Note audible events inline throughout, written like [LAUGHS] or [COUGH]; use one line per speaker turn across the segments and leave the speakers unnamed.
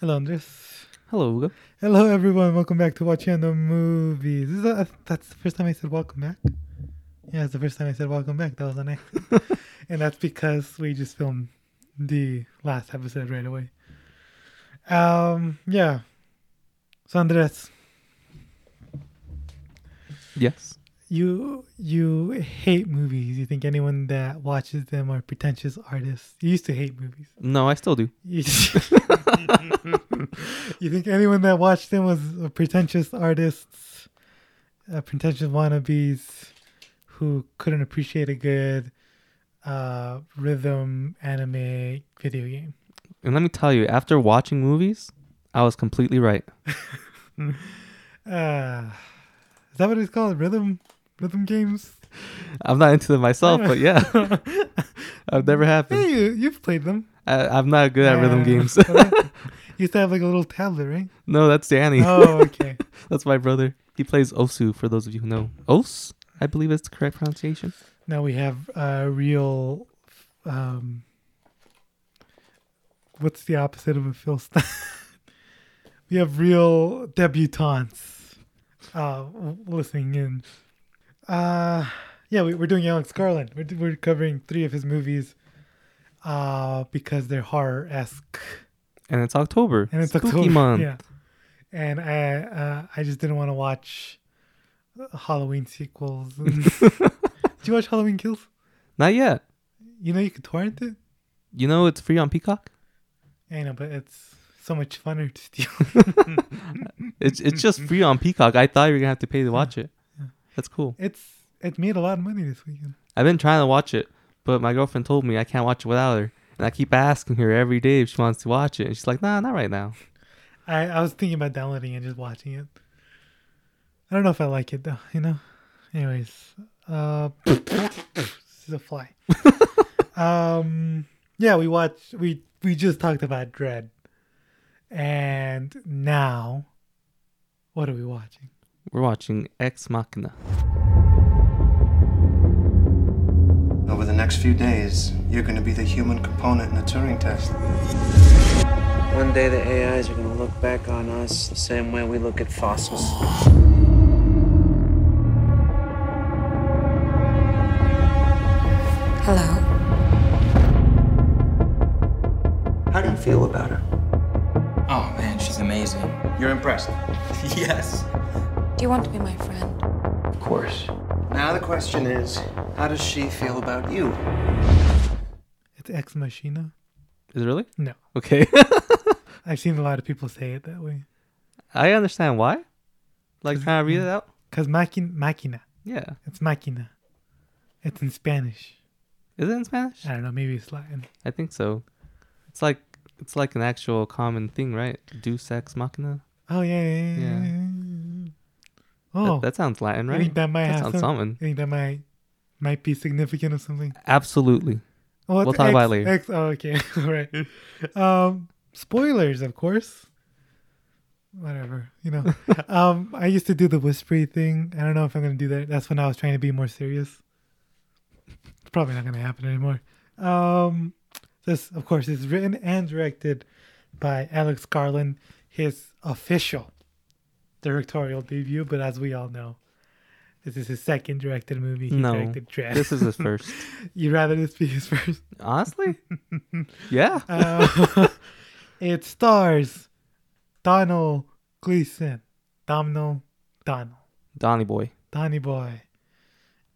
Hello, Andres.
Hello, Ugo.
Hello, everyone. Welcome back to Watching the Movies. Is that, that's the first time I said welcome back. Yeah, it's the first time I said welcome back. That was [LAUGHS] an accident. and that's because we just filmed the last episode right away. Um, yeah. So, Andres,
Yes.
you you hate movies. You think anyone that watches them are pretentious artists. You used to hate movies.
No, I still do.
You [LAUGHS] You think anyone that watched them was a pretentious artists, uh, pretentious wannabes who couldn't appreciate a good uh, rhythm anime video game?
And let me tell you, after watching movies, I was completely right.
Uh, is that what it's called? Rhythm rhythm
[LAUGHS]
games?
I'm not into them myself, but yeah, [LAUGHS] I've never happened.
Hey, you, you've played them.
I, I'm not good at rhythm
Uh,
games. [LAUGHS]
okay. [LAUGHS] you used to have like a little tablet, right?
no, that's Danny.
Oh, okay.
[LAUGHS] That's my brother. He plays Osu. For those of you who know, Os, I believe is the correct pronunciation.
Now we have uh, real. Um, what's the opposite of a Phil Stein? [LAUGHS] we have real debutantes uh, w- listening in. Uh, yeah, we, we're doing Alex Garland. We're, do- we're covering three of his movies uh, because they're horror esque.
And it's October.
And it's
Spooky
October.
month.
Yeah. And I uh, I just didn't want to watch Halloween sequels.
[LAUGHS]
Did you watch Halloween Kills?
Not yet.
You know you could torrent it.
You know it's free on Peacock.
I know, but it's so much funner to steal. [LAUGHS]
It's it's just free on Peacock. I thought you were gonna have to pay to watch it.
Yeah.
That's cool.
It's it made a lot of money this weekend.
I've been trying to watch it, but my girlfriend told me I can't watch it without her. And I keep asking her every day if she wants to watch it. And she's like, nah, not right now.
I I was thinking about downloading and just watching it. I don't know if I like it though. You know. Anyways, uh, [LAUGHS] this is a fly. um, yeah, we watched. We we just talked about Dread, and now, what are we watching?
We're watching Ex Machina.
Over the next few days, you're going to be the human component in the Turing test.
One day the AIs are gonna look back on us the same way we look at fossils.
Hello.
How do you feel about her?
Oh man, she's amazing.
You're impressed.
[LAUGHS] yes.
Do you want to be my friend?
Of course. Now the question is, how does she feel about you?
It's Ex Machina.
Is it really?
No,
Okay. [LAUGHS]
I've seen a lot of people say it that way.
I understand why. Like, trying to read it out?
Cause machin- machina.
Yeah.
It's máquina. It's in Spanish.
Is it in Spanish?
I don't know. Maybe it's Latin.
I think so. It's like it's like an actual common thing, right? Deus Ex Machina?
Oh yeah, yeah. yeah,
Yeah.
yeah, yeah.
That-
Oh,
That, sounds Latin,
I
right?
think that might have
sounds
some-
something.
I think that might might be significant or something.
Absolutely.
Oh, it's
We'll talk about it later.
X, oh, okay, [LAUGHS] all right. Um, spoilers, of course. Whatever, you
[LAUGHS]
know. um, I used to do the whispery thing. I don't know if I'm gonna do that. That's when I was trying to be more serious. It's probably not gonna happen anymore. Um, this, of course, is written and directed by Alex Garland, his official directorial debut. But as we all know, this is his second directed movie. He
No.
directed Dread.
This is his [LAUGHS] first.
[LAUGHS] You'd rather this be his first.
Honestly? Yeah.
Uh, [LAUGHS] it stars Donald Gleason, Domino, Donald,
Donny Boy.
Donny Boy,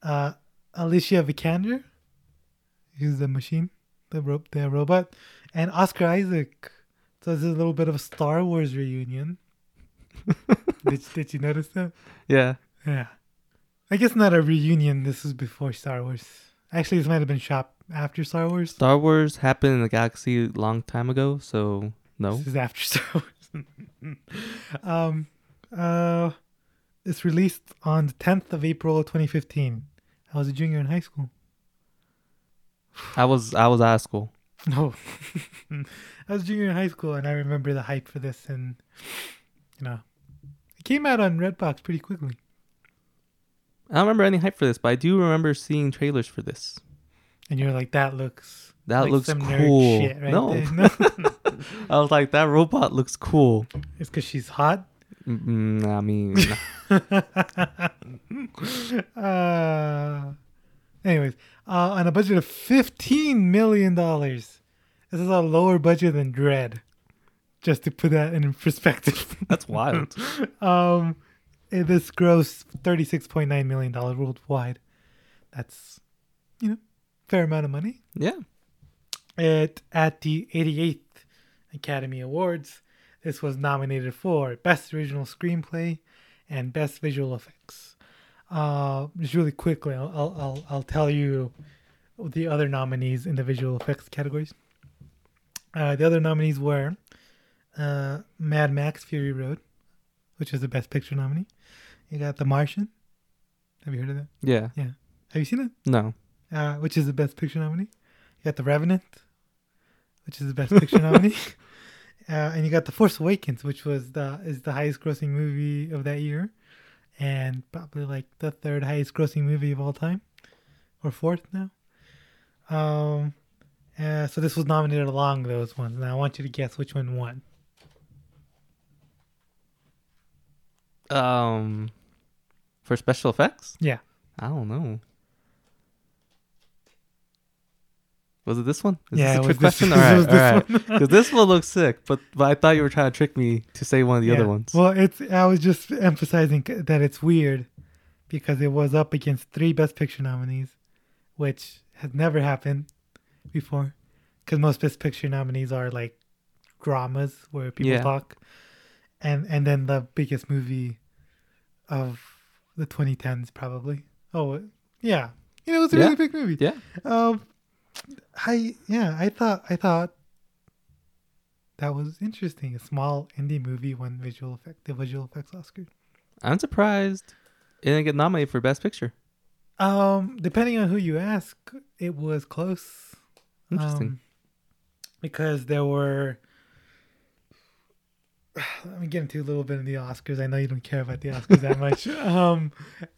uh, Alicia Vikander, who's the machine, the, ro- the robot, and Oscar Isaac. So this is a little bit of a Star Wars reunion. did, did you notice that?
Yeah.
Yeah. I guess not a reunion. This was before Star Wars. Actually, this might have been shot after Star Wars.
Star Wars happened in the galaxy a long time ago, so no.
This is after Star Wars. [LAUGHS] um, uh, it's released on the 10th of April, 2015. I was a junior in high school.
I was I was out of school.
No, [LAUGHS] I was a junior in high school, and I remember the hype for this, and you know, it came out on Redbox pretty quickly.
I don't remember any hype for this, but I do remember seeing trailers for this.
And you're like, that looks
that
Like
looks
some nerd
cool.
shit right
no.
there.
[LAUGHS]
[LAUGHS] No.
I was like, that robot looks cool.
it's because she's hot.
Mm, I mean,
[LAUGHS] uh, anyways, uh, on a budget of fifteen million dollars, this is a lower budget than Dread. Just to put that in perspective, [LAUGHS]
that's wild.
um, eh, this grossed thirty six point nine million dollars worldwide. That's, you know, fair amount of money.
Yeah.
It at the 88th Academy Awards. This was nominated for Best Original Screenplay and Best Visual Effects. Uh, just really quickly, I'll, I'll, I'll, I'll tell you the other nominees in the visual effects categories. Uh, the other nominees were uh, Mad Max Fury Road, which is the Best Picture nominee. You got The Martian. Have you heard of that?
Yeah.
Yeah. Have you seen it?
No.
uh, which is the best picture nominee. You got The Revenant, which is the best picture
[LAUGHS]
nominee, uh, and you got The Force Awakens, which was the is the highest grossing movie of that year, and probably like the third highest grossing movie of all time, or fourth now. Um, uh, so this was nominated along those ones, and I want you to guess which one won.
Um, for special effects?
Yeah,
I don't know. Was it this one? Is
Yeah,
this
it
a
was [LAUGHS]
trick
this-
question?
it
all
was
right, all right. Because this one looks sick, but, but I thought you were trying to trick me to say one of the
Yeah.
other ones.
Well, it's I was just emphasizing c- that it's weird because it was up against three Best Picture nominees, which has never happened before. Because most Best Picture nominees are like dramas where people
Yeah.
talk, and and then the biggest movie of the 2010s probably. Oh yeah, you know it's a
Yeah.
really big movie.
yeah.
Um, I yeah, I thought I thought that was interesting. A small indie movie won visual effect the visual effects Oscar.
I'm surprised it didn't get nominated for Best Picture.
Um, depending on who you ask, it was close.
Interesting.
Um, because there were. [SIGHS] Let me get into a little bit of the Oscars. I know you don't care about the Oscars that much, um,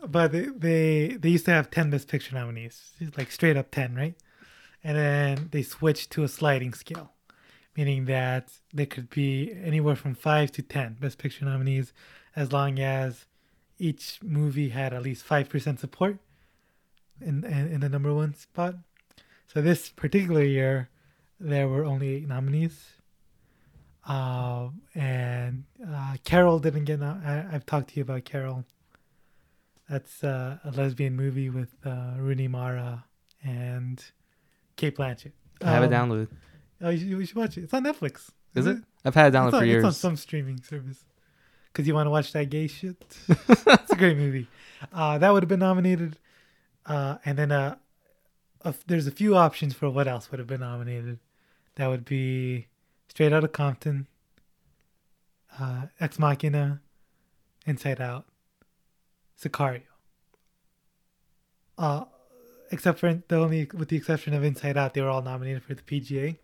but they, they they used to have ten Best Picture nominees, like straight up ten, right? And then they switched to a sliding scale, meaning that there could be anywhere from five to ten Best Picture nominees, as long as each movie had at least five percent support in, in in the number one spot. So this particular year, there were only eight nominees. Um, and uh, Carol didn't get. Nom- I, I've talked to you about Carol. That's uh, a lesbian movie with uh, Rooney Mara and Kate Blanchett.
I have it
Um,
downloaded.
Oh, you, should- you should watch it. It's on Netflix.
Is it? I've had it
It's
downloaded
on,
for
it's on
years.
some streaming service. Because you want to watch that gay shit.
[LAUGHS]
it's a great movie. Uh, that would have been nominated. Uh, and then uh, a f- there's a few options for what else would have been nominated. That would be Straight Outta Compton, uh, Ex Machina, Inside Out, Sicario. Uh, except for the only, with the exception of Inside Out, they were all nominated for the PGA,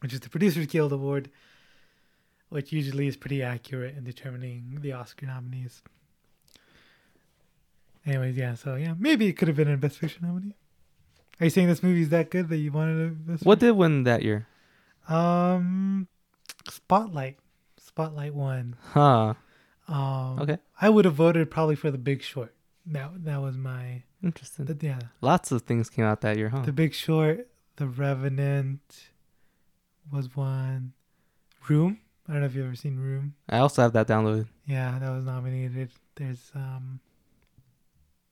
which is the Producers Guild Award which usually is pretty accurate in determining the Oscar nominees. Anyways, yeah, so yeah, maybe it could have been a Best Picture nominee. Are you saying this movie's that good that you wanted a Best
What did win that year?
Pic- Um, Spotlight. Spotlight won.
Huh.
Um,
Okay.
I would have voted probably for The Big Short. That that was my
Interesting.
that, yeah.
Lots of things came out that year, huh?
The Big Short, The Revenant was one. Room. I don't know if you've ever seen Room.
I also have that downloaded.
Yeah, that was nominated. There's um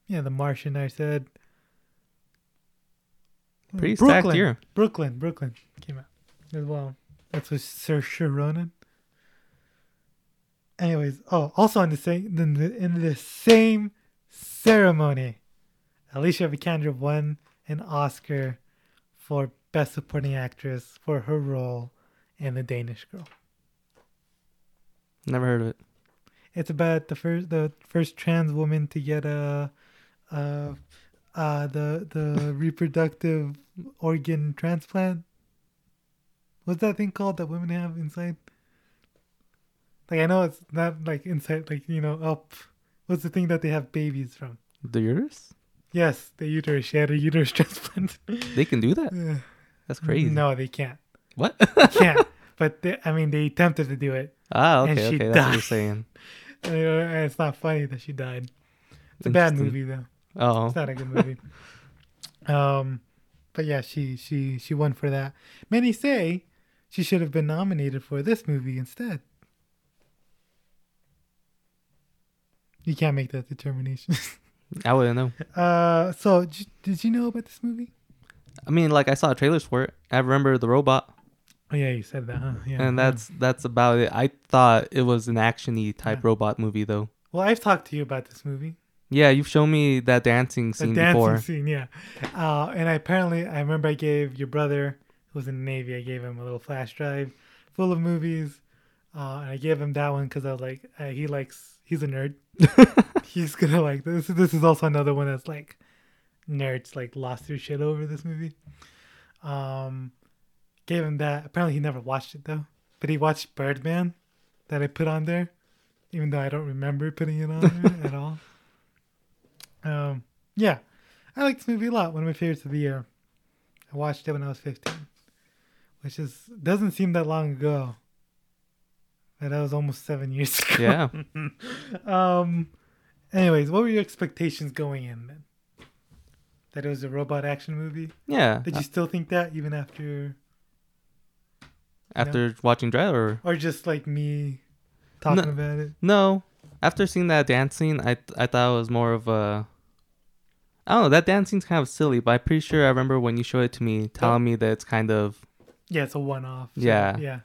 Yeah, The Martian I said.
Pretty
Brooklyn,
stacked year.
Brooklyn, Brooklyn came out as well. That's with Sir Ronan. Anyways, oh, also in the same in the, in the same ceremony, Alicia Vikander won an Oscar for Best Supporting Actress for her role in The Danish Girl.
Never heard of it.
It's about the first the first trans woman to get a uh uh the the reproductive organ transplant. What's that thing called that women have inside? Like I know it's not like inside like you know up. What's the thing that they have babies from?
The uterus?
Yes, the uterus. [LAUGHS] She had a uterus transplant.
They can do that?
Yeah.
That's crazy.
No, they can't.
What? [LAUGHS]
Can't. but they, I mean, they attempted to do it.
ah,
And
okay,
she
okay. That's what
died.
you're saying.
And it's not funny that she died. It's a bad
Interesting.
movie though.
Oh,
It's not a good movie. [LAUGHS] um, but yeah, she she she won for that. Many say she should have been nominated for this movie instead. You can't make that [LAUGHS] determination.
I wouldn't know.
uh, so j- did you know about this movie?
I mean, like I saw trailers for it. I remember the robot,
Oh yeah, you said that. Huh? Yeah,
and
yeah.
that's that's about it. I thought it was an actiony type
Yeah.
robot movie though.
well, I've talked to you about this movie.
Yeah, you've shown me that dancing
The
scene
dancing
before.
scene, yeah. Uh, and I apparently, I remember I gave your brother, who was in the Navy, I gave him a little flash drive full of movies. Uh, and I gave him that one because I was like, uh, he likes, he's a
[LAUGHS]
nerd. he's gonna like this. This is also another one that's like, nerds like lost their shit over this movie. Um, gave him that. Apparently, he never watched it though, but he watched Birdman that I put on there, even though I don't remember putting it on there at all. Um, yeah, I like this movie a lot. One of my favorites of the year. I watched it when I was 15, which is doesn't seem that long ago. But that was almost seven years [LAUGHS] ago.
Yeah.
Um. Anyways, what were your expectations going in then? That it was a robot action movie.
Yeah.
Did you still think that even after,
After watching Driver,
or just like me talking
No.
about it?
no. After seeing that dance scene, I I thought it was more of a. I don't know. That dance scene's kind of silly, but I'm pretty sure I remember when you showed it to me, telling me that it's kind of
Yeah, it's a one-off. so,
Yeah.
Yeah.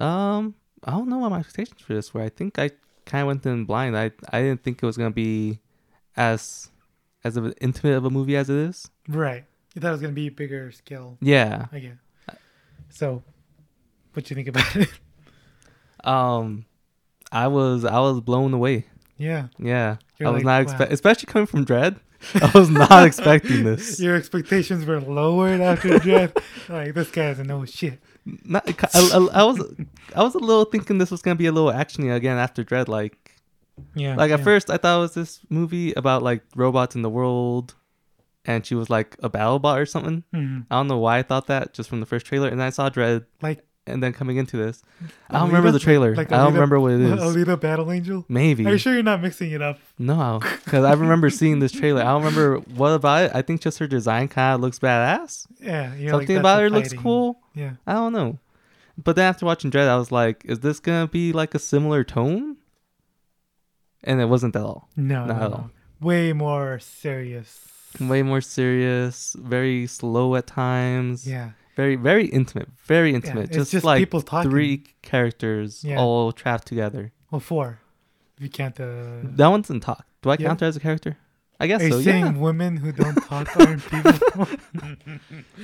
Um, I don't know what my expectations for this were. I think I kind of went in blind. I I didn't think it was gonna be as as of an intimate of a movie as it is.
Right. You thought it was gonna be bigger scale.
Yeah.
I guess. So, what you think about [LAUGHS] it?
Um, I was I was blown away.
yeah.
Yeah,
You're
I was
like,
not expect,
wow.
especially coming from Dread. [LAUGHS] I was not expecting this.
Your expectations were lowered after
[LAUGHS]
Jeff. like this guy doesn't know shit.
Not, I, I, I was I was a little thinking this was gonna be a little actiony again after Dread. Like
Yeah.
like at
Oh, yeah.
first I thought it was this movie about like robots in the world, and she was like a battle bot or something.
Mhm.
I don't know why I thought that just from the first trailer, and I saw Dread,
Like
and then coming into this, I don't
Alita?
remember the trailer.
Like
I don't
Alita-
remember what it is.
[LAUGHS]
Mm-hmm.
Alita Battle Angel.
Maybe
Are you sure you're not mixing it up?
no, because I remember seeing this trailer. I don't remember what about it. I think just her design kind of looks badass.
Yeah. You're like,
Something
that's
about
the
her looks
fighting.
cool.
Yeah.
I don't know. But then after watching Dread, I was like, is this gonna be like a similar tone? And it wasn't at all.
No,
Not
no,
at
no.
all.
Way more serious.
Way more serious, very slow at times.
Yeah.
Very, very intimate. Very intimate.
it's
just,
just
like
people talking.
three characters
Yeah.
all trapped together.
Well, four. If you count the.
That one doesn't talk. Do I
Yeah.
count her as a character? I guess
Are you
so.
saying
Yeah.
women who don't talk
[LAUGHS]
aren't people?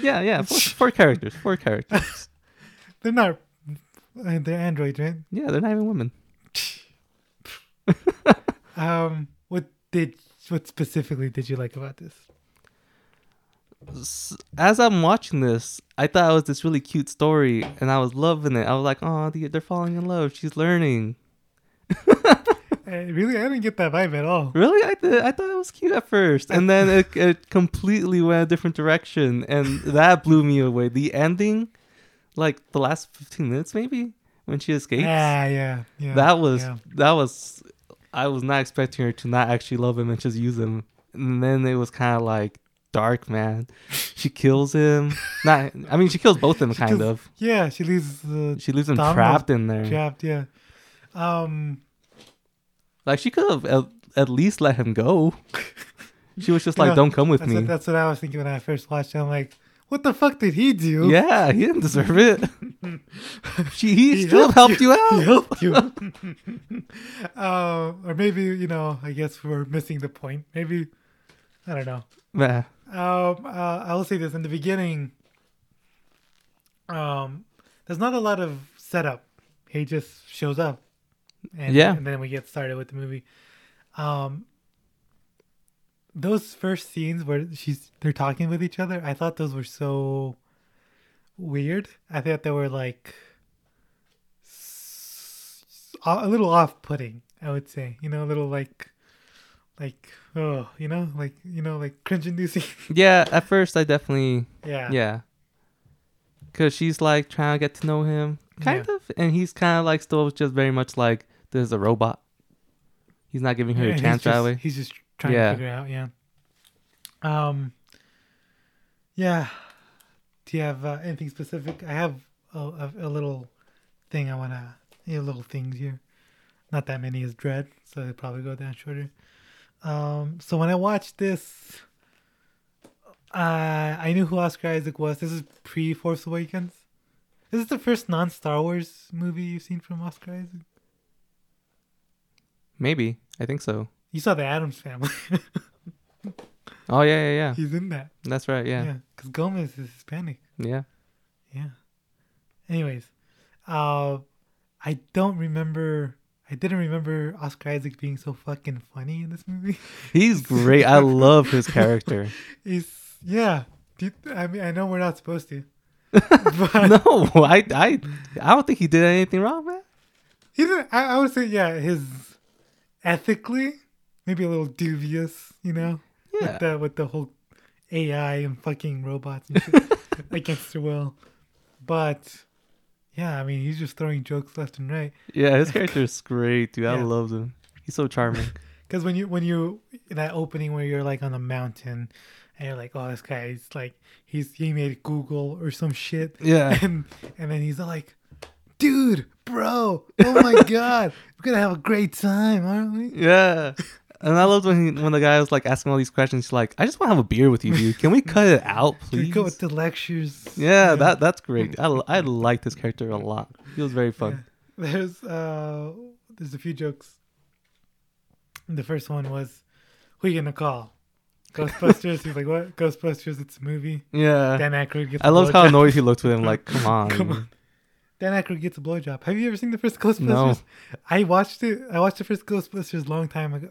Yeah,
[LAUGHS]
yeah. Four, four characters. Four characters.
they're not. uh, They're androids,
[LAUGHS]
right?
Yeah, they're not even women.
Um, what did what specifically did you like about this?
s- as I'm watching this, I thought it was this really cute story, and I was loving it. I was like, "Oh, they're falling in love. She's learning."
Uh, really, I didn't get that vibe at all.
Really, I did. I thought it was cute at first, and then
[LAUGHS]
it, it completely went a different direction, and that blew me away. The ending, like the last fifteen minutes, maybe when she escapes,
Yeah, Ah, yeah, yeah.
that was
yeah.
that was. I was not expecting her to not actually love him and just use him, and then it was kind of like dark, man. She
[LAUGHS]
kills him. not, I mean, she kills both of them, kind
kills-
of.
yeah. She leaves the
She leaves him
Domino's
trapped in there.
trapped. Yeah. Um.
Like she could have at, at least let
[LAUGHS]
him go. She was just
you
like,
know,
"Don't come with
that's
me."
What, that's what I was thinking when I first watched it. I'm like, what the fuck did he do?
yeah, he didn't deserve it.
[LAUGHS]
she he,
He
still
helped
helped, you,
He
out.
helped [LAUGHS] you. [LAUGHS] uh, or maybe you know, I guess we're missing the point. Maybe I don't know.
Nah.
Um, uh, I will say this in the beginning. Um, there's not a lot of setup. He just shows up, and,
Yeah.
and then we get started with the movie. Um, those first scenes where she's they're talking with each other, I thought those were so weird. I thought they were like s- a a little off-putting. I would say, you know, a little like like oh you know like you know like cringe [LAUGHS] inducing
Yeah, at first I definitely
yeah
yeah. Cause she's like trying to get to know him, kind
Yeah.
of, and he's kind of like still just very much like this is a robot. He's not giving her
Yeah,
a
he's
chance
just-
that way.
He's just trying
Yeah.
to figure out, yeah. Um, yeah. Do you have uh, anything specific? I have a, a, a little thing I want to, a little things here. Not that many is dread, so they probably go down shorter. Um, so when I watched this, uh, I knew who Oscar Isaac was. This is pre Force Awakens. This is the first non Star Wars movie you've seen from Oscar Isaac.
Maybe I think so.
You saw the Adams Family. [LAUGHS]
Oh yeah, yeah, yeah.
He's in that.
That's right. Yeah,
Yeah, because Gomez is Hispanic.
yeah.
Yeah. Anyways, uh, I don't remember. I didn't remember Oscar Isaac being so fucking funny in this movie. [LAUGHS]
He's great. I love his character.
He's yeah. Do you- I mean, I know we're not supposed
[LAUGHS]
to.
no, I, I, I don't think he did anything wrong, man.
He's. a- I, I would say yeah. His ethically, maybe a little dubious. You know.
Yeah.
With the with the whole AI and fucking robots and
[LAUGHS]
shit against their will, but yeah, I mean, he's just throwing jokes left and right.
Yeah, his character is great, dude. I
Yeah.
love him. He's so charming.
Because when you when you that opening where you're like on a mountain, and you're like, oh, this guy is like he's he made Google or some shit.
Yeah.
And and then he's like, dude, bro, oh
[LAUGHS]
my god, we're gonna have a great time, aren't we?
[LAUGHS] yeah. And I loved when he, when the guy was like asking all these questions. He's like, "I just want to have a beer with you, dude. Can we cut it out,
We
please?"
go with the lectures.
yeah, that that's great. I I liked this character a lot. He was very fun.
[LAUGHS] There's uh there's a few jokes. The first one was, who you gonna call? Ghostbusters. he's like, what? Ghostbusters. It's a movie.
Yeah.
Dan Aykroyd gets.
I
a
loved how
blowjob.
annoyed he looked with him. Like, [LAUGHS] come on.
Come on. Dan Aykroyd gets a blowjob. Have you ever seen the first Ghostbusters?
No.
I watched it. I watched the first Ghostbusters a long time ago,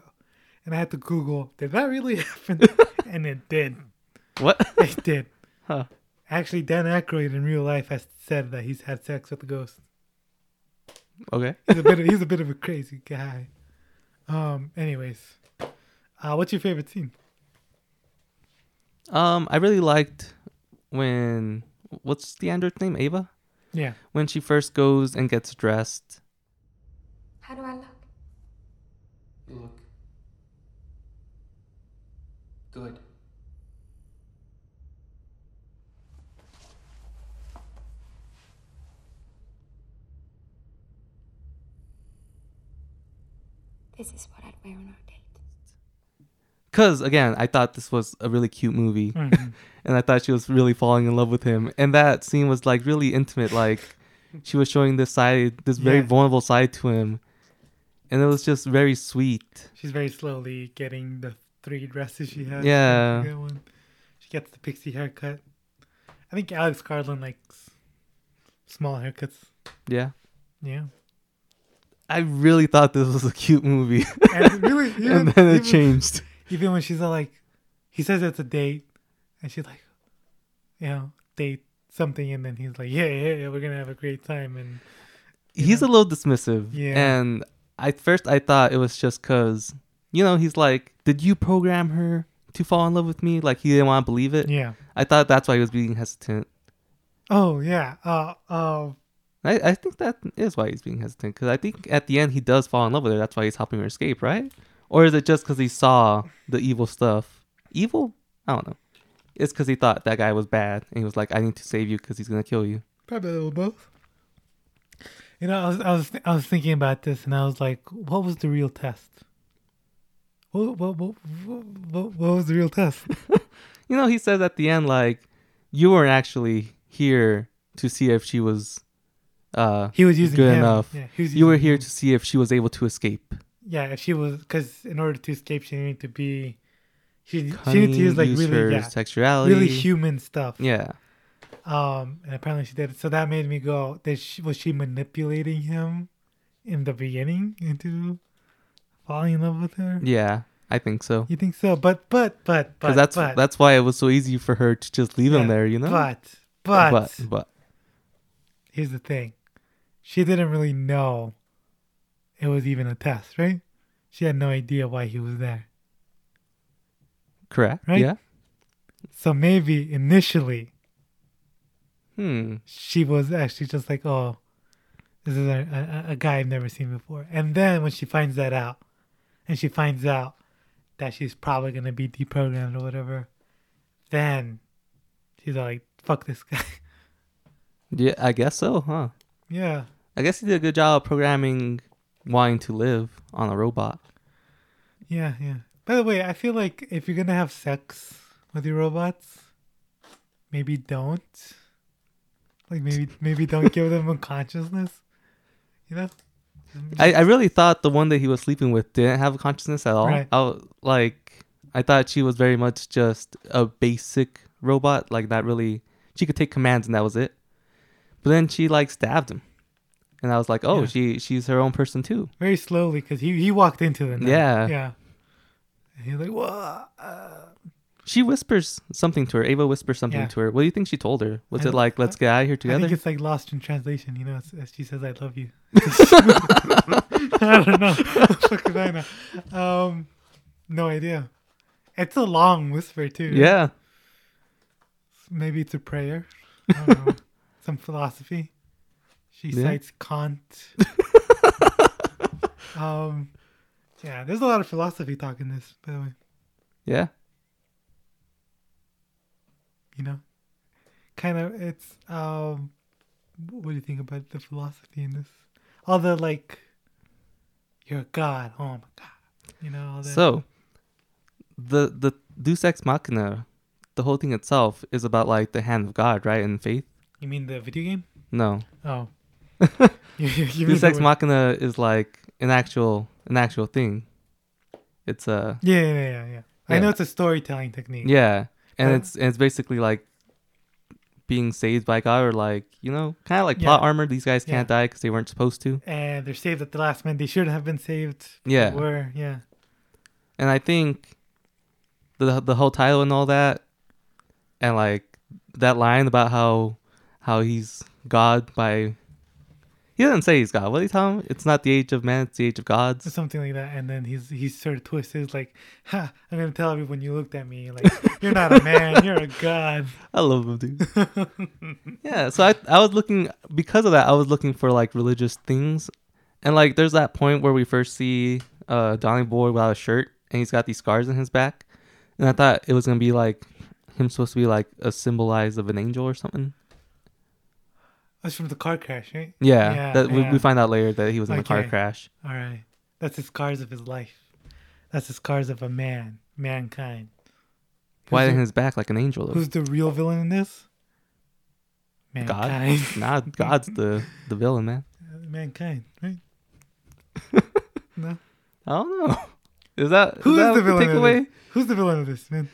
and I had to Google did that really [LAUGHS] happen, and it did.
What? [LAUGHS]
It did.
Huh.
Actually, Dan Aykroyd in real life has said that he's had sex with a ghost.
okay.
He's a bit. Of, he's a bit of a crazy guy. Um. Anyways, uh, what's your favorite scene?
Um, I really liked when what's the android's name? Ava.
Yeah.
When she first goes and gets dressed.
How do I look?
You look good.
This is what I'd wear on our date.
Cause again, I thought this was a really cute movie,
Mm-hmm.
and I thought she was really falling in love with him. And that scene was like really intimate. Like she was showing this side, this very
Yeah.
vulnerable side to him, and it was just very sweet.
She's very slowly getting the three dresses she has.
Yeah.
She, one. she gets the pixie haircut. I think Alex Garland likes small haircuts.
Yeah,
Yeah.
[LAUGHS] I really thought this was a cute movie, [LAUGHS]
And really, even,
and then it
even,
changed.
even when she's all like, he says it's a date, and she's like, you know, date something, and then he's like, yeah, yeah, yeah, we're gonna have a great time, and
he's a little dismissive.
Yeah.
And at first I thought it was just because, you know, he's like, did you program her to fall in love with me? Like he didn't want to believe it.
yeah.
I thought that's why he was being hesitant.
Oh yeah. Uh. Uh.
I, I think that is why he's being hesitant because I think at the end he does fall in love with her. That's why he's helping her escape, right? Or is it just because he saw the evil stuff? Evil? I don't know. It's because he thought that guy was bad and he was like, I need to save you because he's going to kill you.
Probably a little both. You know, I was I was I was thinking about this, and I was like, what was the real test? What what what what, what, what was the real test?
you know, he says at the end, like, you weren't actually here to see if she was uh
He was using
good
him.
enough.
Yeah, he was
you were
using
here
him.
to see if she was able to escape.
yeah, if she was because in order to escape, she needed to be she she
Cunning,
needed to use like
her
really yeah,
sexuality.
really human stuff.
yeah.
Um, and apparently she did. So that made me go. Did she was she manipulating him in the beginning into falling in love with her?
Yeah. I think so.
You think so? But but but but
Because that's
but,
that's why it was so easy for her to just leave him
Yeah,
there, you know?
But, but
but but
here's the thing. She didn't really know it was even a test, right? She had no idea why he was there.
Correct.
Right?
Yeah.
So maybe initially
Hmm.
she was actually just like, oh, this is a, a, a guy I've never seen before. And then when she finds that out, and she finds out that she's probably going to be deprogrammed or whatever, then she's all like, fuck this guy. [LAUGHS]
Yeah, I guess so, huh?
yeah.
I guess he did a good job of programming wanting to live on a robot.
Yeah. Yeah. By the way, I feel like if you're going to have sex with your robots, maybe don't. Like maybe maybe don't give them a consciousness, you know?
I, I really thought the one that he was sleeping with didn't have a consciousness at all.
Right.
I w- like I thought she was very much just a basic robot, like not really. She could take commands and that was it. But then she like stabbed him, and I was like, oh,
Yeah.
she she's her own person too.
very slowly because he, he walked into the night.
Yeah.
yeah. And he was like, "Whoa!" Uh,
She whispers something to her. Ava whispers something
Yeah.
to her. What do you think she told her? Was
I-
it like, let's get out of here
I think
together?
it's like lost in translation. You know, it's, it's- she says, "I love
[LAUGHS]
you." [LAUGHS] I don't know. What the fuck do I know? Um, no idea. It's a long whisper too.
Yeah.
Maybe it's a prayer. I don't know.
[LAUGHS]
Some philosophy. She
Yeah.
cites Kant.
[LAUGHS]
um, yeah, there's a lot of philosophy talk in this, by the way.
Yeah.
you know kind of it's um what do you think about the philosophy in this all the like you're a god oh my god you know all that
So, the the Deus Ex Machina, the whole thing itself is about like the hand of God, right? And faith.
you mean the video game
No, [LAUGHS]
oh you, you, you mean
Deus
the
Ex
word-
Machina is like an actual an actual thing. It's a
yeah yeah yeah, yeah, yeah. i
Yeah.
know it's a storytelling technique
yeah, and
Uh,
it's and it's basically like being saved by God or like you know kind of like
Yeah.
plot armor. These guys can't 'cause
Yeah.
die because they weren't supposed to.
and they're saved at the last minute they should have been saved but
Yeah.
they were yeah
and I think the the whole title and all that, and like that line about how how he's God by he doesn't say he's God. What do you tell him? It's not the age of man; it's the age of
or
gods.
something like that and then he's he sort of twists his like ha, i'm gonna tell everyone you looked at me
[LAUGHS]
like you're not a man you're a god
I love him, dude. yeah, so I I was looking because of that. I was looking for like religious things, and like there's that point where we first see uh Donny Boy without a shirt, and he's got these scars in his back, and I thought it was gonna be like him supposed to be like a symbolized of an angel or something.
that's from the car crash right
Yeah,
Yeah,
that We,
yeah.
we find out later that he was in a car
Okay.
crash.
All right. That's the scars of his life. That's the scars of a man, mankind.
Why
Who's
in
the-
his back like an angel? Though?
Who's the real villain in this?
God?
Mankind. [LAUGHS]
[LAUGHS] nah, God's the the villain, man.
Mankind, right? no.
I don't know. [LAUGHS] Is that
Who is
that
the villain? Of
takeaway?
this? Who's the villain of this, man?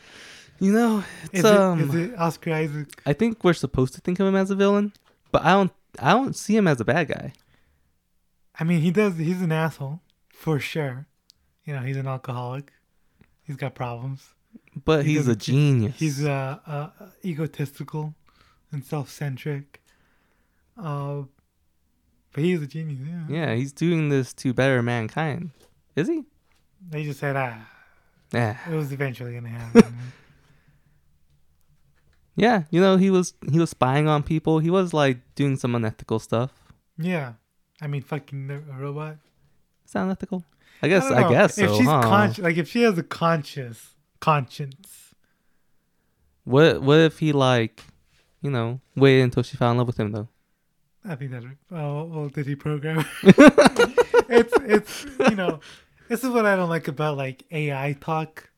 You know, it's
Is,
um.
it, is it Oscar Isaac?
I think we're supposed to think of him as a villain, but I don't. I don't see him as a bad guy.
I mean, he does. He's an asshole for sure. You know, he's an alcoholic. He's got problems.
But
He
he's a
doesn't-
genius.
He's uh, uh, egotistical and self-centric. Uh, but he's a genius. Yeah.
yeah. He's doing this to better mankind. Is he?
They just said, ah,
Yeah.
it was eventually gonna happen.
[LAUGHS] Yeah. You know, he was he was spying on people. He was like doing some unethical stuff.
yeah. I mean, fucking a robot.
Is that unethical? I guess.
don't
I,
know.
guess
If
so.
she's
huh?
conscious, like if she has a conscious conscience,
What what if he like, you know, waited until she fell in love with him though?
I think that. Oh, well, did he program? [LAUGHS] her? it's it's you know, this is what I don't like about like AI talk.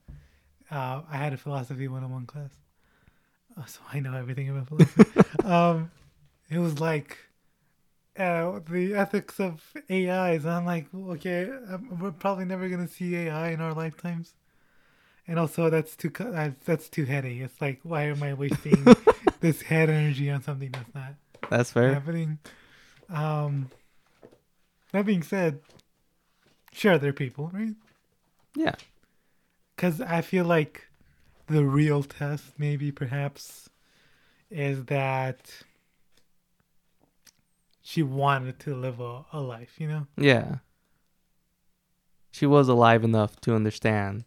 Uh, I had a philosophy 101 class, oh, so I know everything about philosophy. um, it was like uh, the ethics of AIs, and I'm like, okay, um we're probably never gonna see AI in our lifetimes. And also, that's too co- uh, that's too heady. It's like, why am I wasting this head energy on something that's not
That's fair.
happening. Um, that being said, sure, they're people, right?
Yeah.
Because I feel like the real test, maybe perhaps, is that she wanted to live a, a life, you know?
Yeah. She was alive enough to understand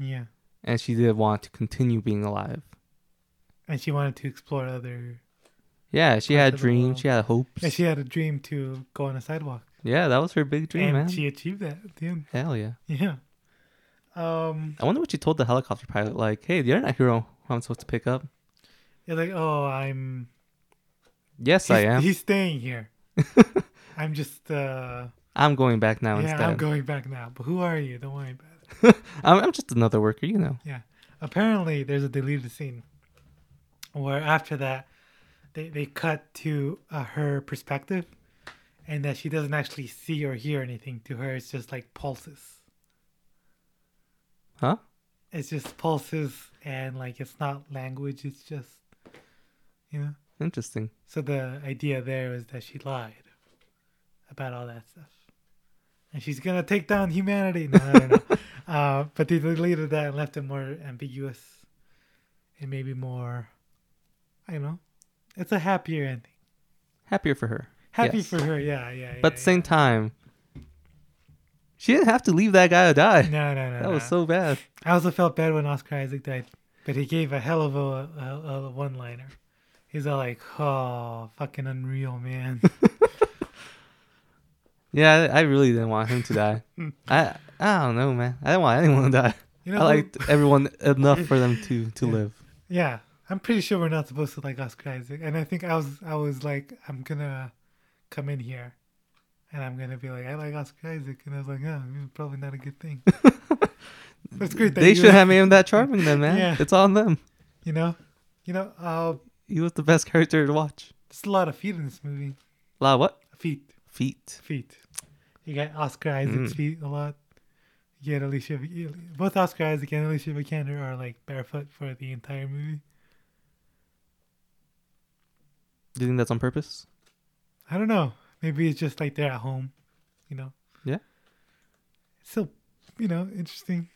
Yeah.
and she did want to continue being alive.
and she wanted to explore other.
Yeah, she
Parts
had
of the
dreams,
world.
she had hopes.
And she had a dream to go on a sidewalk,
yeah, that was her big dream,
and
man.
she achieved that at the end. [LAUGHS]
Hell yeah.
Yeah. Um.
I wonder what she told the helicopter pilot. Like, hey, the internet hero who I'm supposed to pick up.
You're like, oh, I'm.
Yes, I
he's-
am.
He's staying
[LAUGHS]
here. I'm just. uh
I'm going back now
Yeah,
instead.
I'm
I'm,
going back now. But who are you? Don't worry about it.
I'm, just another worker, you know.
Yeah. Apparently, there's a deleted scene where after that, they, they cut to uh, her perspective and that she doesn't actually see or hear anything. To her, it's just like pulses.
Huh?
It's just pulses and like it's not language. It's just, you know?
Interesting.
So the idea there is that she lied about all that stuff. And she's gonna take down humanity. No, I don't know.
[LAUGHS]
uh, but they deleted that and left it more ambiguous and maybe more I don't know. It's a happier ending.
Happier for her.
Happy
Yes.
for her, yeah, yeah.
But at the same time, she didn't have to leave that guy to die.
yeah. no, no, no.
that
no.
was so bad.
I also felt bad when Oscar Isaac died, but he gave a hell of a, a, a one liner. He's all like, "Oh, fucking unreal,
[LAUGHS]
man."
Yeah, I I really didn't want him
[LAUGHS]
to die. I I don't know, man. I didn't want anyone to die.
Hmm. You know
I
who-
liked everyone enough for them
[LAUGHS]
to to live.
Yeah, I'm pretty sure we're not supposed to like Oscar Isaac, and I think I was I was like I'm gonna come in here, and I'm gonna be like I like Oscar Isaac, and I was like, oh, it's probably not a good
[LAUGHS]
thing. But it's great that
They
you,
should have made him that charming then, man.
Yeah.
It's on them.
you know, you know, uh,
He was the best character to watch.
there's a lot of feet in this movie.
A lot of what?
Feet,
Feet.
feet. You got Oscar Isaac's
Mm.
feet a lot. You get Alicia, Vik- both Oscar Isaac and Alicia Vikander are like barefoot for the entire movie.
Do you think that's on purpose?
I don't know. Maybe it's just like they're at home, you know.
Yeah.
It's still, you know, interesting.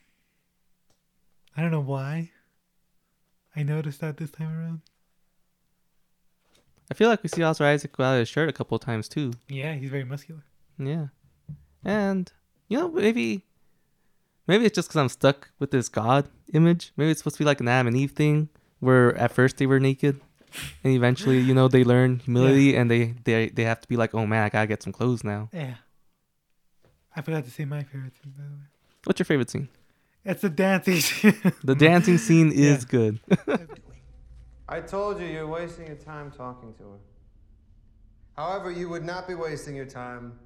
I don't know why. I noticed that this time around.
I feel like we see Oscar Isaac without his shirt a couple of times too.
Yeah, he's very muscular.
Yeah. And you know, maybe maybe it's just cuz I'm stuck with this god image. Maybe it's supposed to be like an Adam and Eve thing where at first they were naked and eventually, you know, they learn humility and they they they have to be like, "Oh man, I got to get some clothes now."
Yeah. I forgot to say my favorite thing, by the way.
What's your favorite scene?
It's the dancing. [LAUGHS] scene.
The [LAUGHS] dancing scene is
Yeah.
good. [LAUGHS]
I told you you're wasting your time talking to her. However, you would not be wasting your time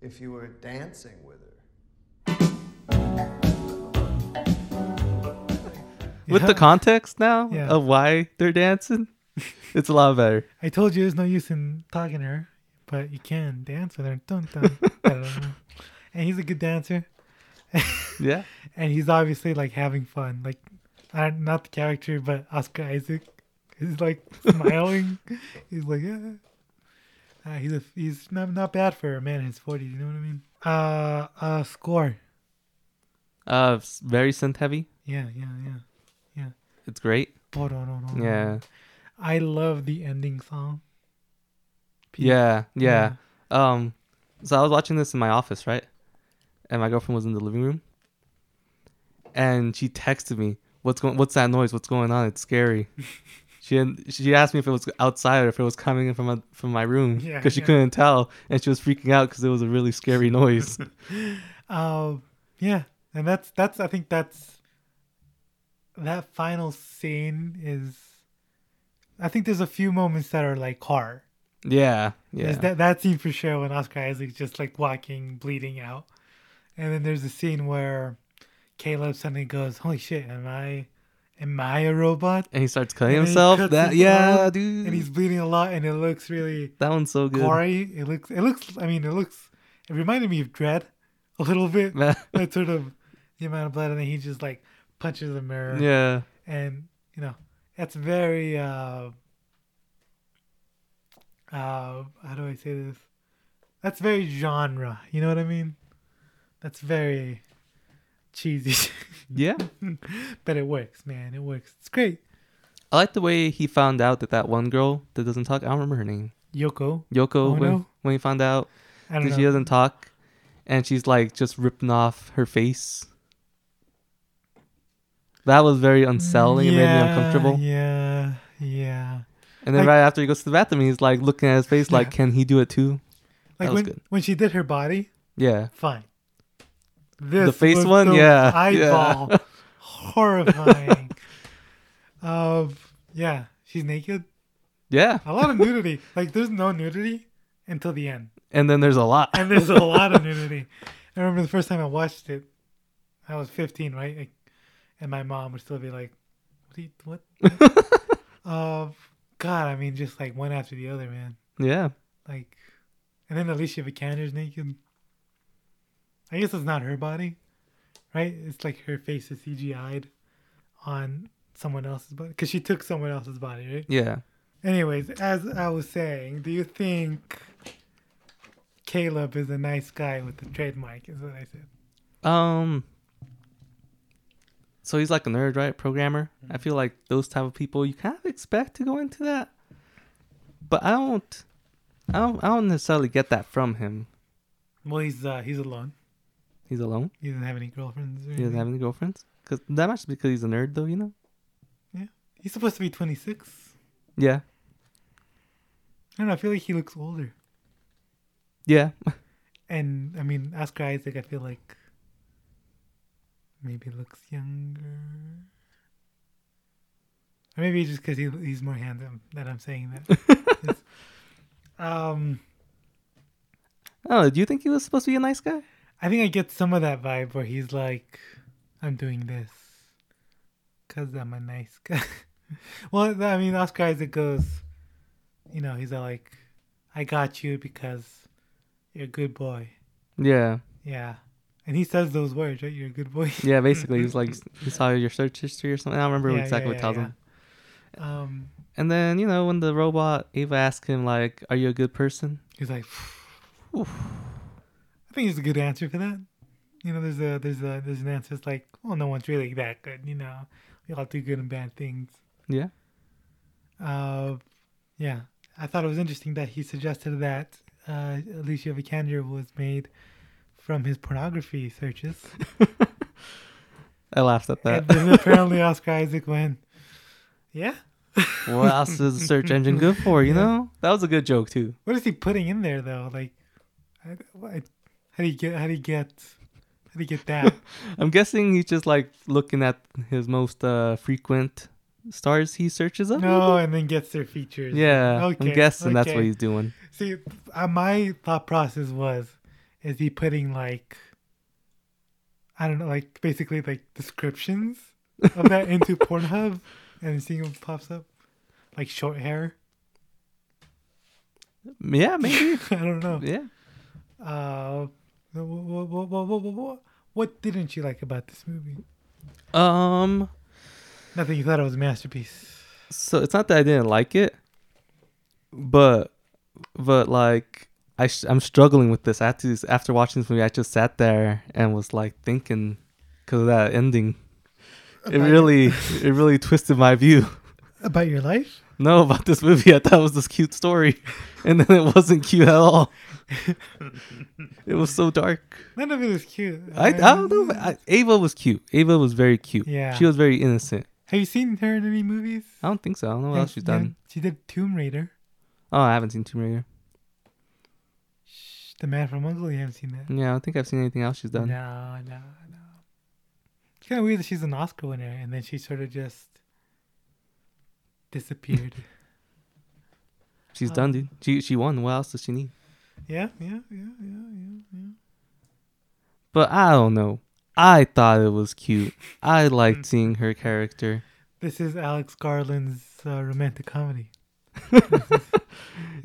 if you were dancing with her.
With the
Yeah.
context now
Yeah.
of why they're [LAUGHS] dancing, it's a lot better.
I told you there's no use in talking to her, but you can dance with her. Dun, dun. [LAUGHS] Da-da-da. and he's a good dancer.
Yeah.
and he's obviously like having fun. Like, I, not the character, but Oscar Isaac is like [LAUGHS] smiling. he's like, yeah. Uh, he's a, he's not, not bad for a man in his forties. You know what I mean? Uh, uh, score.
Uh it's very synth heavy.
Yeah, yeah, yeah.
It's great.
Bo-do-do-do.
Yeah.
I love the ending song. Peace.
Yeah, yeah. Um, so I was watching this in my office, right? And my girlfriend was in the living room, and she texted me, "What's going? What's that noise? What's going on? It's scary."
[LAUGHS]
she didn't, she asked me if it was outside or if it was coming in from my, from my room because
Yeah,
she
yeah.
couldn't tell, and she was freaking out because it was a really
[LAUGHS]
scary noise.
Um, yeah, and that's that's I think that's that final scene is. I think there's a few moments that are like horror.
yeah, yeah,
There's that that scene for sure when Oscar Isaac's just like walking, bleeding out, and then there's a scene where Caleb suddenly goes, "Holy shit, am I, am I a robot?"
and he starts cutting
And he
himself.
cuts
that
his
yeah,
arm,
dude,
And he's bleeding a lot, and it looks really
that one's so Mm. good.
gory. It looks, it looks. I mean, it looks. It reminded me of Dread a little bit.
Man.
that sort of the amount of blood, and then he just like punches the mirror.
[LAUGHS] yeah,
and you know that's very uh uh how do i say this that's very genre you know what i mean that's very cheesy [LAUGHS]
yeah.
but it works man it works it's great
I like the way he found out that that one girl that doesn't talk. I don't remember her name.
yoko
Yoko
Oh,
when,
no.
when he found out
i don't
that
know
she doesn't talk and she's like just ripping off her face That was very unsettling. It made me uncomfortable.
Yeah, yeah.
And then
Like-
right after he goes to the bathroom, he's like looking at his face, like,
Yeah.
can he do it too?
Like
was
when
good.
when she did her body,
Yeah.
fine. This
face
was
one?
the
Yeah,
[LAUGHS] eyeball,
yeah. [LAUGHS]
horrifying. [LAUGHS] um, yeah, she's naked.
Yeah.
A lot of nudity. Like there's no nudity until the end,
And then there's a lot.
and there's a lot of nudity. I remember the first time I watched it, I was 15, right? Like, and my mom would still be like, "What? do you- What?" uh, God, I mean, just like one after the other, man.
yeah.
Like, and then Alicia Vikander's naked. I guess it's not her body, right? It's like her face is CGI'd on someone else's body because she took someone else's body, right?
Yeah.
Anyways, as I was saying, do you think Caleb is a nice guy with the trademark? Is what I said.
Um. So he's like a nerd, right? Programmer. I feel like those type of people you kind of expect to go into that, but I don't. I don't. I don't necessarily get that from him.
Well, he's uh, he's alone.
He's alone.
He doesn't have any girlfriends. Or
He doesn't
anything.
have any girlfriends. Cause that might just be because he's a nerd, though. You know.
He's supposed to be 26. I
Yeah.
don't know. I feel like he looks older.
Yeah.
And I mean, Oscar Isaac, I feel like maybe looks younger. Or maybe just because he, he's more handsome that I'm saying that. It's- um,
Oh, do you think he was supposed to be a nice guy?
I think I get some of that vibe where he's like, I'm doing this because I'm a nice guy. [LAUGHS] well, th- I mean, Oscar Isaac goes, you know, he's all like, I got you because you're a good boy.
Yeah.
Yeah. And he says those words, right? You're a good boy. [LAUGHS]
Yeah. Basically, he's like he saw your search history or something. I don't remember
Yeah,
exactly
yeah,
what tells
yeah,
him.
yeah. Um,
And then you know when the robot Ava asks him like, "Are you a good person?"
he's like, I think it's a good answer for that. You know, there's a there's a there's an answer. It's like, well, no one's really that good. You know, we all do good and bad things.
Yeah.
Uh, yeah, I thought it was interesting that he suggested that uh, Alicia Vikander was made from his pornography searches,
I laughed at that.
and then apparently Oscar Isaac went, yeah.
what else is the search engine good for?
[LAUGHS]
You know, that was a good joke too.
What is he putting in there though? Like, I, I, how do you get? How do you get? How do you get that?
I'm guessing he's just like looking at his most uh, frequent stars he searches up.
no,
[LAUGHS]
and then gets their features.
Yeah,
Okay,
I'm guessing that's what
okay.
he's doing.
See, uh, my thought process was, is he putting like, I don't know, like basically like descriptions of that
[LAUGHS]
into Pornhub and seeing what pops up, like short hair. [LAUGHS]
Yeah, maybe.
[LAUGHS] I don't know.
yeah.
Uh, what, what, what, what, what, what didn't you like about this movie?
Um.
Nothing. You thought it was a masterpiece.
So it's not that I didn't like it, but but like I sh- I'm struggling with this. I had to after watching this movie, I just sat there and was like thinking because of that ending. It really it really twisted my view. [LAUGHS]
About your life?
no about this movie. I thought it was this cute story, [LAUGHS] and then it wasn't cute at all. it was so dark.
None of it is cute.
I, I don't know. I, Ava was cute. Ava was very cute.
Yeah.
she was very innocent.
Have you seen her in any movies?
I don't think so. I don't know what
Yeah,
else she's
yeah,
done.
She did Tomb Raider.
Oh, I haven't seen Tomb Raider.
Shh, The Man from Uncle. You haven't seen that?
Yeah, I don't think I've seen anything else she's
No,
done.
no, no. It's kind of weird that she's an Oscar winner and then she sort of just
[LAUGHS]
disappeared.
She's done, dude. She she won. What else does she need?
yeah, yeah, yeah, yeah, yeah, yeah.
But I don't know. I thought it was cute. I liked seeing her character.
This is Alex Garland's uh, romantic comedy.
It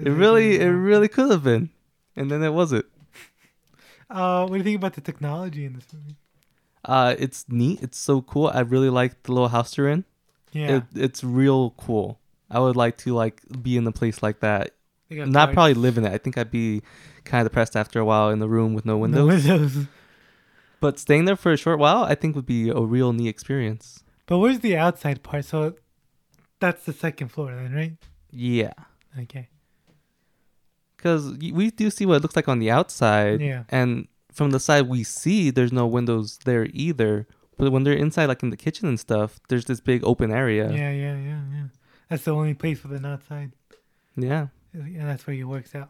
really it really could have been, and then it wasn't.
[LAUGHS] Uh, what do you think about the technology in this movie?
Uh, it's neat. It's so cool. I really like the little house they're in.
Yeah,
It, it's real cool. I would like to like be in a place like that.
they got
Not
cards.
probably live in it. I think I'd be kind of depressed after a while in the room with no windows.
No windows. [LAUGHS]
But staying there for a short while, I think would be a real neat experience.
But where's the outside part? So that's the second floor, then, right?
Yeah,
Okay.
because we do see what it looks like on the outside.
Yeah.
And from the side we see, there's no windows there either. But when they're inside, like in the kitchen and stuff, there's this big open area.
Yeah, yeah, yeah, yeah. That's the only place with an outside,
Yeah.
and that's where he works out.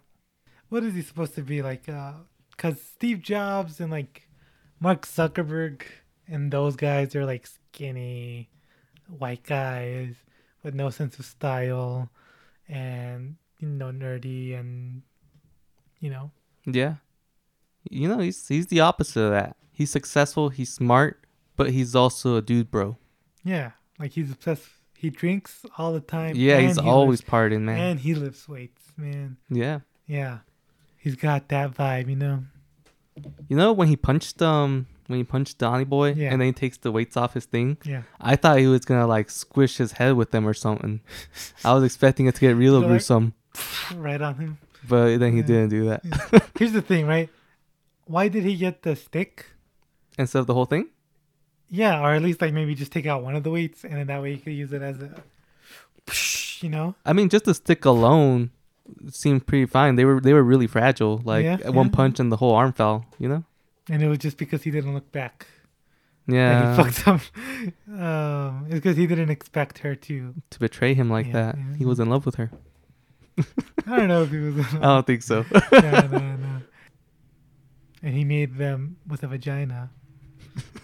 What is he supposed to be like? Uh, Cause Steve Jobs and like Mark Zuckerberg and those guys are like skinny, white guys with no sense of style, and you know nerdy and you know
Yeah. You know, he's he's the opposite of that. He's successful, he's smart, but he's also a dude bro.
yeah, like he's obsessed. He drinks all the time.
Yeah,
and
he's
he lifts-
always partying, man.
and he lifts weights, man.
Yeah.
Yeah, he's got that vibe, you know.
You know when he punched um when he punched Donny Boy
Yeah.
and then he takes the weights off his thing?
Yeah.
I thought he was gonna like squish his head with them
[LAUGHS]
or something. I was expecting it to get real
You're like-
gruesome,
right on him.
but then he
Yeah.
didn't do that.
Here's the thing, right? Why did he get the stick?
[LAUGHS] Instead of the whole thing?
Yeah, or at least like maybe just take out one of the weights, and then that way you could use it as a, you know.
I mean just the stick alone seemed pretty fine. They were they were really fragile. Like
Yeah,
at one
yeah.
punch and the whole arm fell, you know?
And it was just because he didn't look back. that
Yeah.
he fucked up. [LAUGHS] Um, it's because he didn't expect her to.
to betray him like
Yeah,
that.
yeah,
He was in love with her.
I don't know if he was.
[LAUGHS]
[LAUGHS]
I don't think so.
no, no, no. And he made them with a vagina.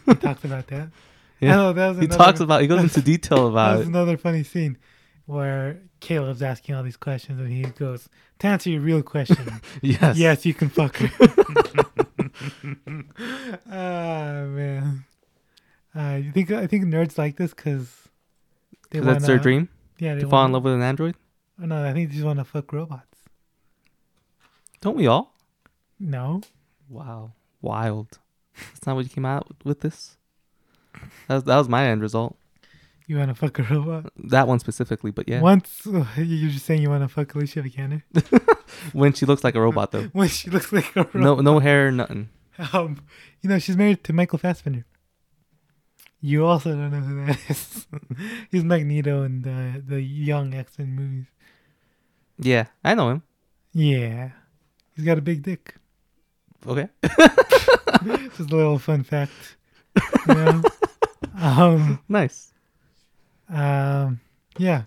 He talked about that.
[LAUGHS] Yeah.
Oh, that was
he
another-
talks about. He goes
[LAUGHS]
into detail about
That's
it.
another funny scene where Caleb's asking all these questions and he goes, To answer your real question,
[LAUGHS] Yes.
yes, you can fuck her. [LAUGHS] Ah, man. Uh, you think I think nerds like this because they
'Cause that's their
wanna-
dream
Yeah, they
to fall in
wanna-
love with an android.
Oh, No, I think they just want to fuck robots.
Don't we all?
No,
Wow. Wild. That's not what you came out with this. That was, that was my end result.
you want to fuck a robot.
That one specifically, but yeah.
Once [LAUGHS] you're just saying you want to fuck Alicia Vikander [LAUGHS]
When she looks like a robot though.
when she looks like a robot.
No no hair, nothing.
Um, you know, she's married to Michael Fassbender. You also don't know who that [LAUGHS] is. He's Magneto in the the young X Men movies.
Yeah, I know him.
Yeah, he's got a big dick.
Okay.
Just a little fun fact. You
[LAUGHS]
know? um,
Nice.
um, yeah.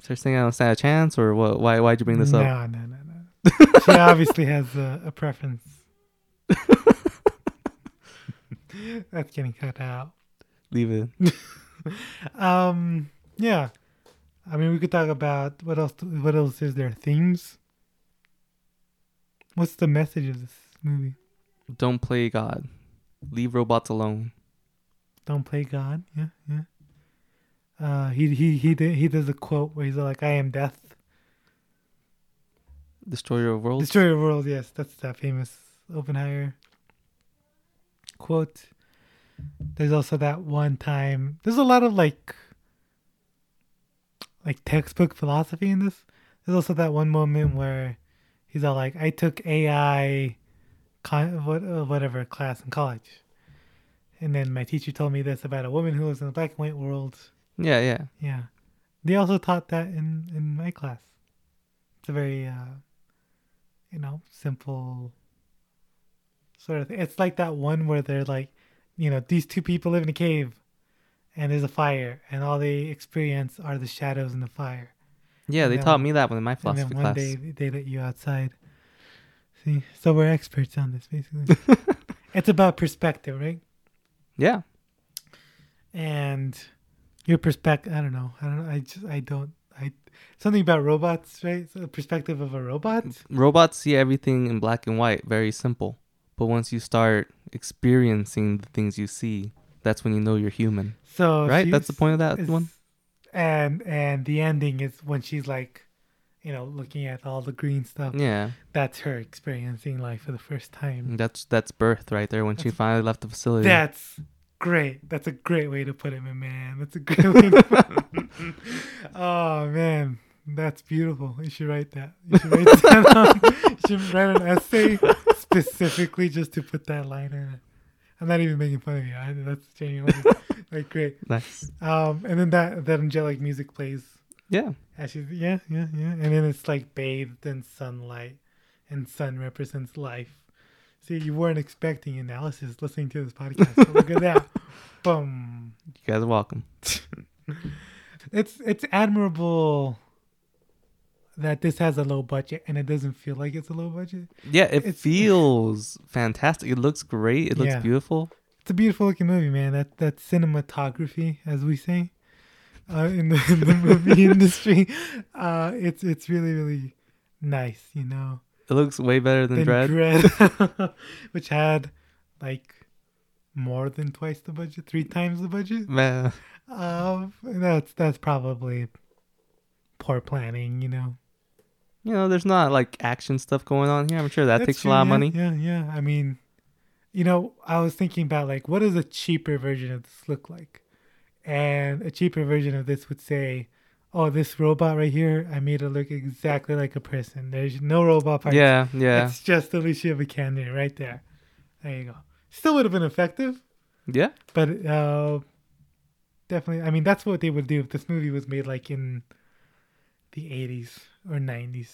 So you're saying I don't stand a chance or what why why'd you bring this
no,
up?
no, no, no. She obviously has a, a
[LAUGHS]
preference. That's getting cut out.
Leave it.
Um. Yeah. I mean, we could talk about what else. What else is there? Themes. What's the message of this movie?
Don't play God. Leave robots alone.
Don't play God. Yeah, yeah. Uh, he he he did, he does a quote where he's like, "I am death,
Destroyer of worlds.
destroyer of world." Yes, that's that famous Oppenheimer quote. There's also that one time. There's a lot of like, like textbook philosophy in this. There's also that one moment where he's all like, "I took AI, con- what uh, whatever class in college," and then my teacher told me this about a woman who lives in a black and white world.
yeah, yeah.
Yeah, they also taught that in in my class. It's a very, uh, you know, simple sort of. Thing. It's like that one where they're like, you know, these two people live in a cave, and there's a fire, and all they experience are the shadows in the fire.
Yeah, they
then
taught
one-
me that one in my
And
philosophy
then one
class.
day they let you outside. See, so we're experts on this,
[LAUGHS]
basically. it's about perspective, right?
Yeah,
and your perspective i don't know i don't i just i don't i something about robots right so the perspective of a robot
robots see everything in black and white, very simple. But once you start experiencing the things you see, that's when you know you're human,
so if
right?
you
That's the point of that
s-
one.
and and the ending is when she's like you know looking at all the green stuff
Yeah, Mm,
that's her experiencing life for the first time
that's that's birth right there. When she finally left the facility,
that's great that's a great way to put it my man that's a great way to put
[LAUGHS]
it. oh man that's beautiful you should write that you should write that
[LAUGHS]
on- should write an essay specifically just to put that line in it. I'm not even making fun of you. I, that's genuinely [LAUGHS] like great.
nice.
Um, and then that that angelic music plays.
Yeah,
As she's yeah yeah yeah, and then it's like bathed in sunlight, and sun represents life, See, you weren't expecting analysis listening to this podcast. So look at that. Boom.
You guys are welcome.
It's it's admirable that this has a low budget and it doesn't feel like it's a low budget.
Yeah, it
It's-
feels fantastic. It looks great. It looks
Yeah.
beautiful.
It's a beautiful looking movie, man. That that cinematography, as we say, uh, in, the, in the movie industry, uh, it's it's really really nice, you know.
It looks way better than
Than
Dread.
Dread, [LAUGHS] which had like more than twice the budget, three times the budget.
Man,
Um, that's that's probably poor planning, you know.
you know, there's not like action stuff going on here. I'm sure that
That's
takes
true,
a lot of
yeah,
money.
Yeah, yeah. I mean, you know, I was thinking about like, what does a cheaper version of this look like? And a cheaper version of this would say, "Oh, this robot right here, I made it look exactly like a person. There's no robot parts.
Yeah, yeah,
it's just Alicia Vikander right there. There you go. Still would have been effective,
yeah.
but uh, definitely. I mean, that's what they would do if this movie was made like in the '80s or '90s.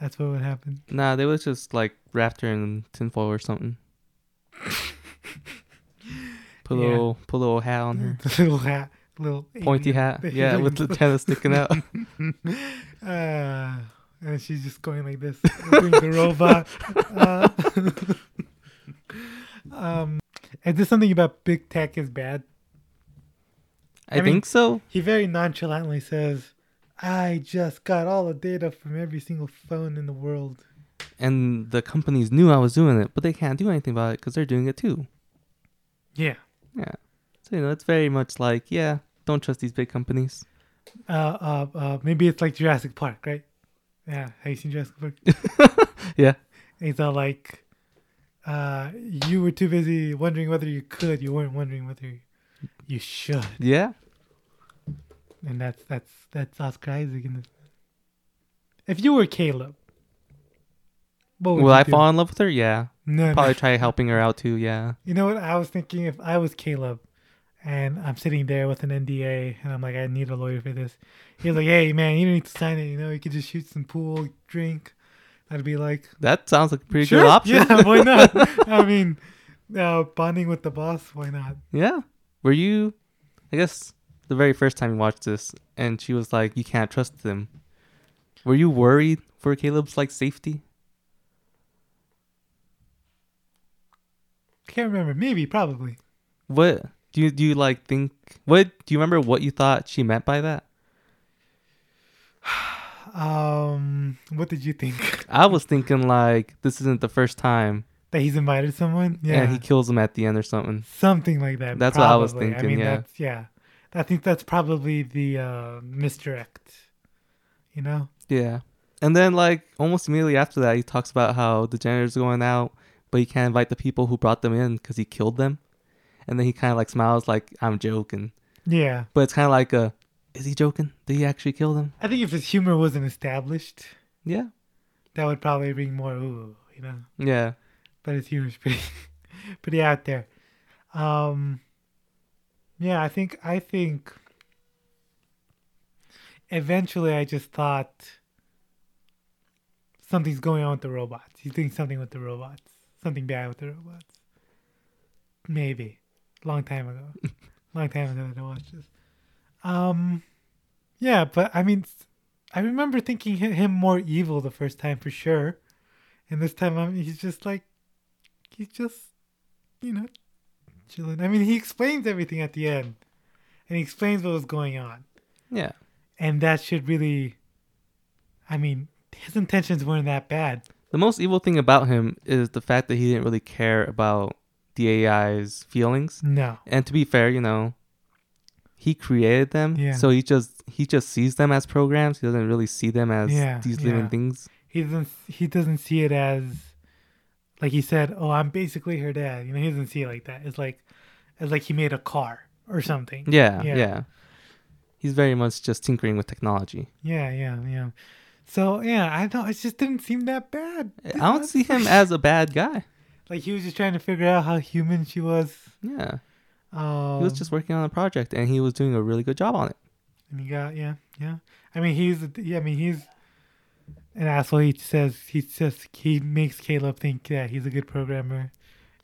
That's what would happen.
Nah, they was just like wrapped her in tinfoil
[LAUGHS]
or something. Put a
Yeah.
little, put a little hat on her,
The [LAUGHS] little hat, little
pointy hat. Yeah, with the tennis sticking out.
[LAUGHS] Uh, and she's just going like this, doing
[LAUGHS]
the robot. Uh, [LAUGHS] um, is this something about big tech is bad?
I,
mean-
think so.
He very nonchalantly says, "I just got all the data from every single phone in the world."
And the companies knew I was doing it, but they can't do anything about it because they're doing it too.
Yeah.
Yeah. So you know, it's very much like, yeah, don't trust these big companies.
Uh, uh, uh, maybe it's like Jurassic Park, right? Yeah. Have you seen Jurassic Park?
Yeah.
It's all like, uh, you were too busy wondering whether you could. You weren't wondering whether you should.
Yeah.
And that's that's that's Oscar Isaac. In this. If you were Caleb, what would
Will
you
I
do?
fall in love with her? Yeah.
No, no.
Probably try helping her out too. Yeah.
You know what? I was thinking if I was Caleb, and I'm sitting there with an NDA, and I'm like, I need a lawyer for this. He's like, Hey, man, you don't need to sign it. You know, you could just shoot some pool, drink. I'd be like,
That sounds like a pretty good option.
Yeah, why not? I mean, uh, bonding with the boss, why not?
[LAUGHS] Yeah. Were you, I guess, the very first time you watched this and she was like, you can't trust them. Were you worried for Caleb's like safety?
Can't remember. Maybe, probably.
What do you, do you like think, what do you remember what you thought she meant by that?
Um, what did you think?
I was thinking like, this isn't the first time
that he's invited someone? Yeah,
and he kills him at the end or something.
something like that.
That's what I was
probably.
thinking,
I mean,
yeah.
that's yeah. I think that's probably the uh, misdirect. You know,
Yeah. And then like almost immediately after that, he talks about how the janitor's going out, but he can't invite the people who brought them in because he killed them. And then he kind of like smiles like I'm joking,
yeah.
but it's kind of like a, is he joking? Did he actually kill them?
I think if his humor wasn't established,
Yeah.
that would probably bring more ooh, you know.
Yeah.
But his humor's [LAUGHS] pretty, pretty out there. Um, yeah, I think I think. Eventually, I just thought something's going on with the robots. He's doing something with the robots. Something bad with the robots. Maybe. Long time ago. Long time ago that I watched this. Um, yeah, but I mean, s- I remember thinking hi- him more evil the first time for sure, and this time I'm, he's just like, he's just, you know, chilling. I mean, he explains everything at the end, and he explains what was going on,
Yeah.
and that should really, I mean, his intentions weren't that bad.
The most evil thing about him is the fact that he didn't really care about the AI's feelings.
No.
And to be fair, you know, he created them,
Yeah.
so he just he just sees them as programs. He doesn't really see them as
Yeah,
these living
yeah.
things.
he doesn't he doesn't see it as like he said oh i'm basically her dad you know he doesn't see it like that it's like it's like he made a car or something
Yeah,
Yeah.
yeah. He's very much just tinkering with technology.
yeah yeah yeah so yeah i don't it just didn't seem that bad
I
[LAUGHS]
don't see him as a bad guy.
like he was just trying to figure out how human she was
Yeah.
um
He was just working on a project and he was doing a really good job on it.
and he got yeah yeah i mean he's yeah i mean he's an asshole. He says he says he makes Caleb think that he's a good programmer,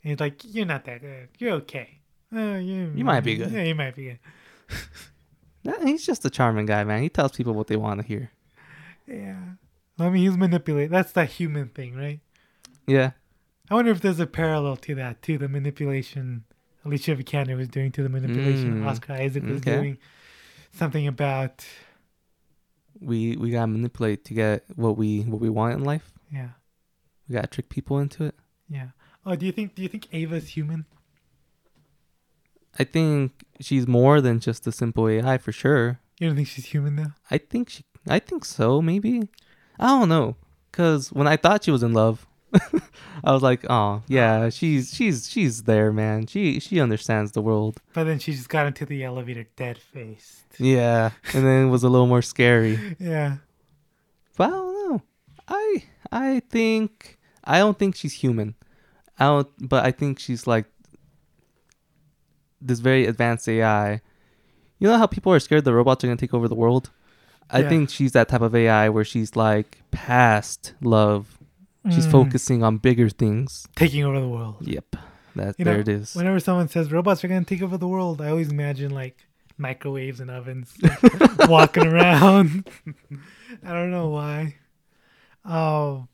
and he's like, "You're not that good. You're okay. Uh, you,
You might be good."
Yeah, you might be good."
Nah, He's just a charming guy, man. He tells people what they want to hear.
Yeah. I mean, he's manipulate. That's the human thing, right?
Yeah.
I wonder if there's a parallel to that, to the manipulation Alicia Vikander was doing, to the manipulation
Mm,
Oscar Isaac was
okay.
doing. Something about
We we gotta manipulate to get what we what we want in life.
yeah,
We gotta trick people into it.
yeah. Oh, do you think do you think Ava's human?
I think she's more than just a simple AI for sure.
You don't think she's human though?
I think she I think so, maybe. I don't know. Cause when I thought she was in love, [LAUGHS] I was like, oh yeah, she's she's she's there, man. She she understands the world.
But then she just got into the elevator dead faced.
Yeah. And then it was a little more scary.
Yeah.
But I don't know. I I think I don't think she's human. I don't, but I think she's like this very advanced AI. You know how people are scared the robots are gonna take over the world. I
Yeah.
think she's that type of AI where she's like past love.
Hmm. Mm.
She's focusing on bigger things.
Taking over the world.
Yep, that
You
there
know,
it is.
Whenever someone says robots are gonna take over the world, I always imagine like microwaves and ovens [LAUGHS] walking around. [LAUGHS] I don't know why. Oh,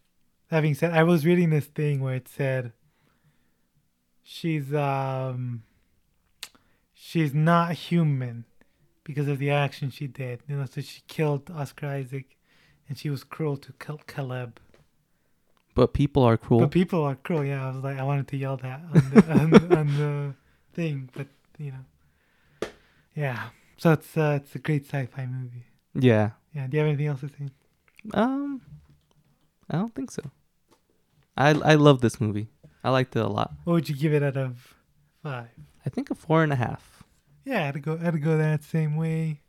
having said, I was reading this thing where it said she's um she's not human because of the action she did. You know, so she killed Oscar Isaac, and she was cruel to Cal- Caleb.
But people are cruel.
But people are cruel. Yeah, I was like, I wanted to yell that on the, [LAUGHS] on, the- on the thing, but you know, yeah. So it's uh, it's a great sci-fi movie.
yeah.
Yeah. Do you have anything else to say?
Um, I don't think so. I I love this movie. I liked it a lot.
What would you give it out of five?
I think a four and a half.
Yeah, I had to go. I had to go that same way,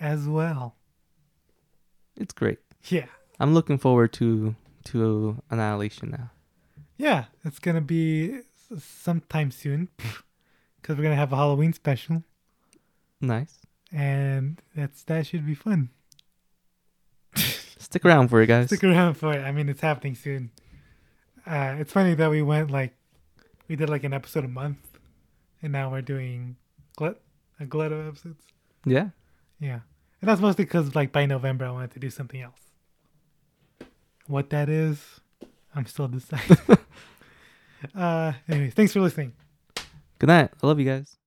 as well.
It's great.
Yeah.
I'm looking forward to to Annihilation now.
Yeah. It's gonna be s- sometime soon, [LAUGHS] because we're gonna have a Halloween special,
Nice.
and that's that should be fun.
Stick around for it, guys.
Stick around for it. I mean, it's happening soon. Uh, it's funny that we went like we did like an episode a month, and now we're doing glut a glut of episodes.
yeah.
Yeah, and that's mostly because like by November I wanted to do something else. What that is, I'm [LAUGHS] still deciding. uh, anyways, thanks for listening.
Good night. I love you guys.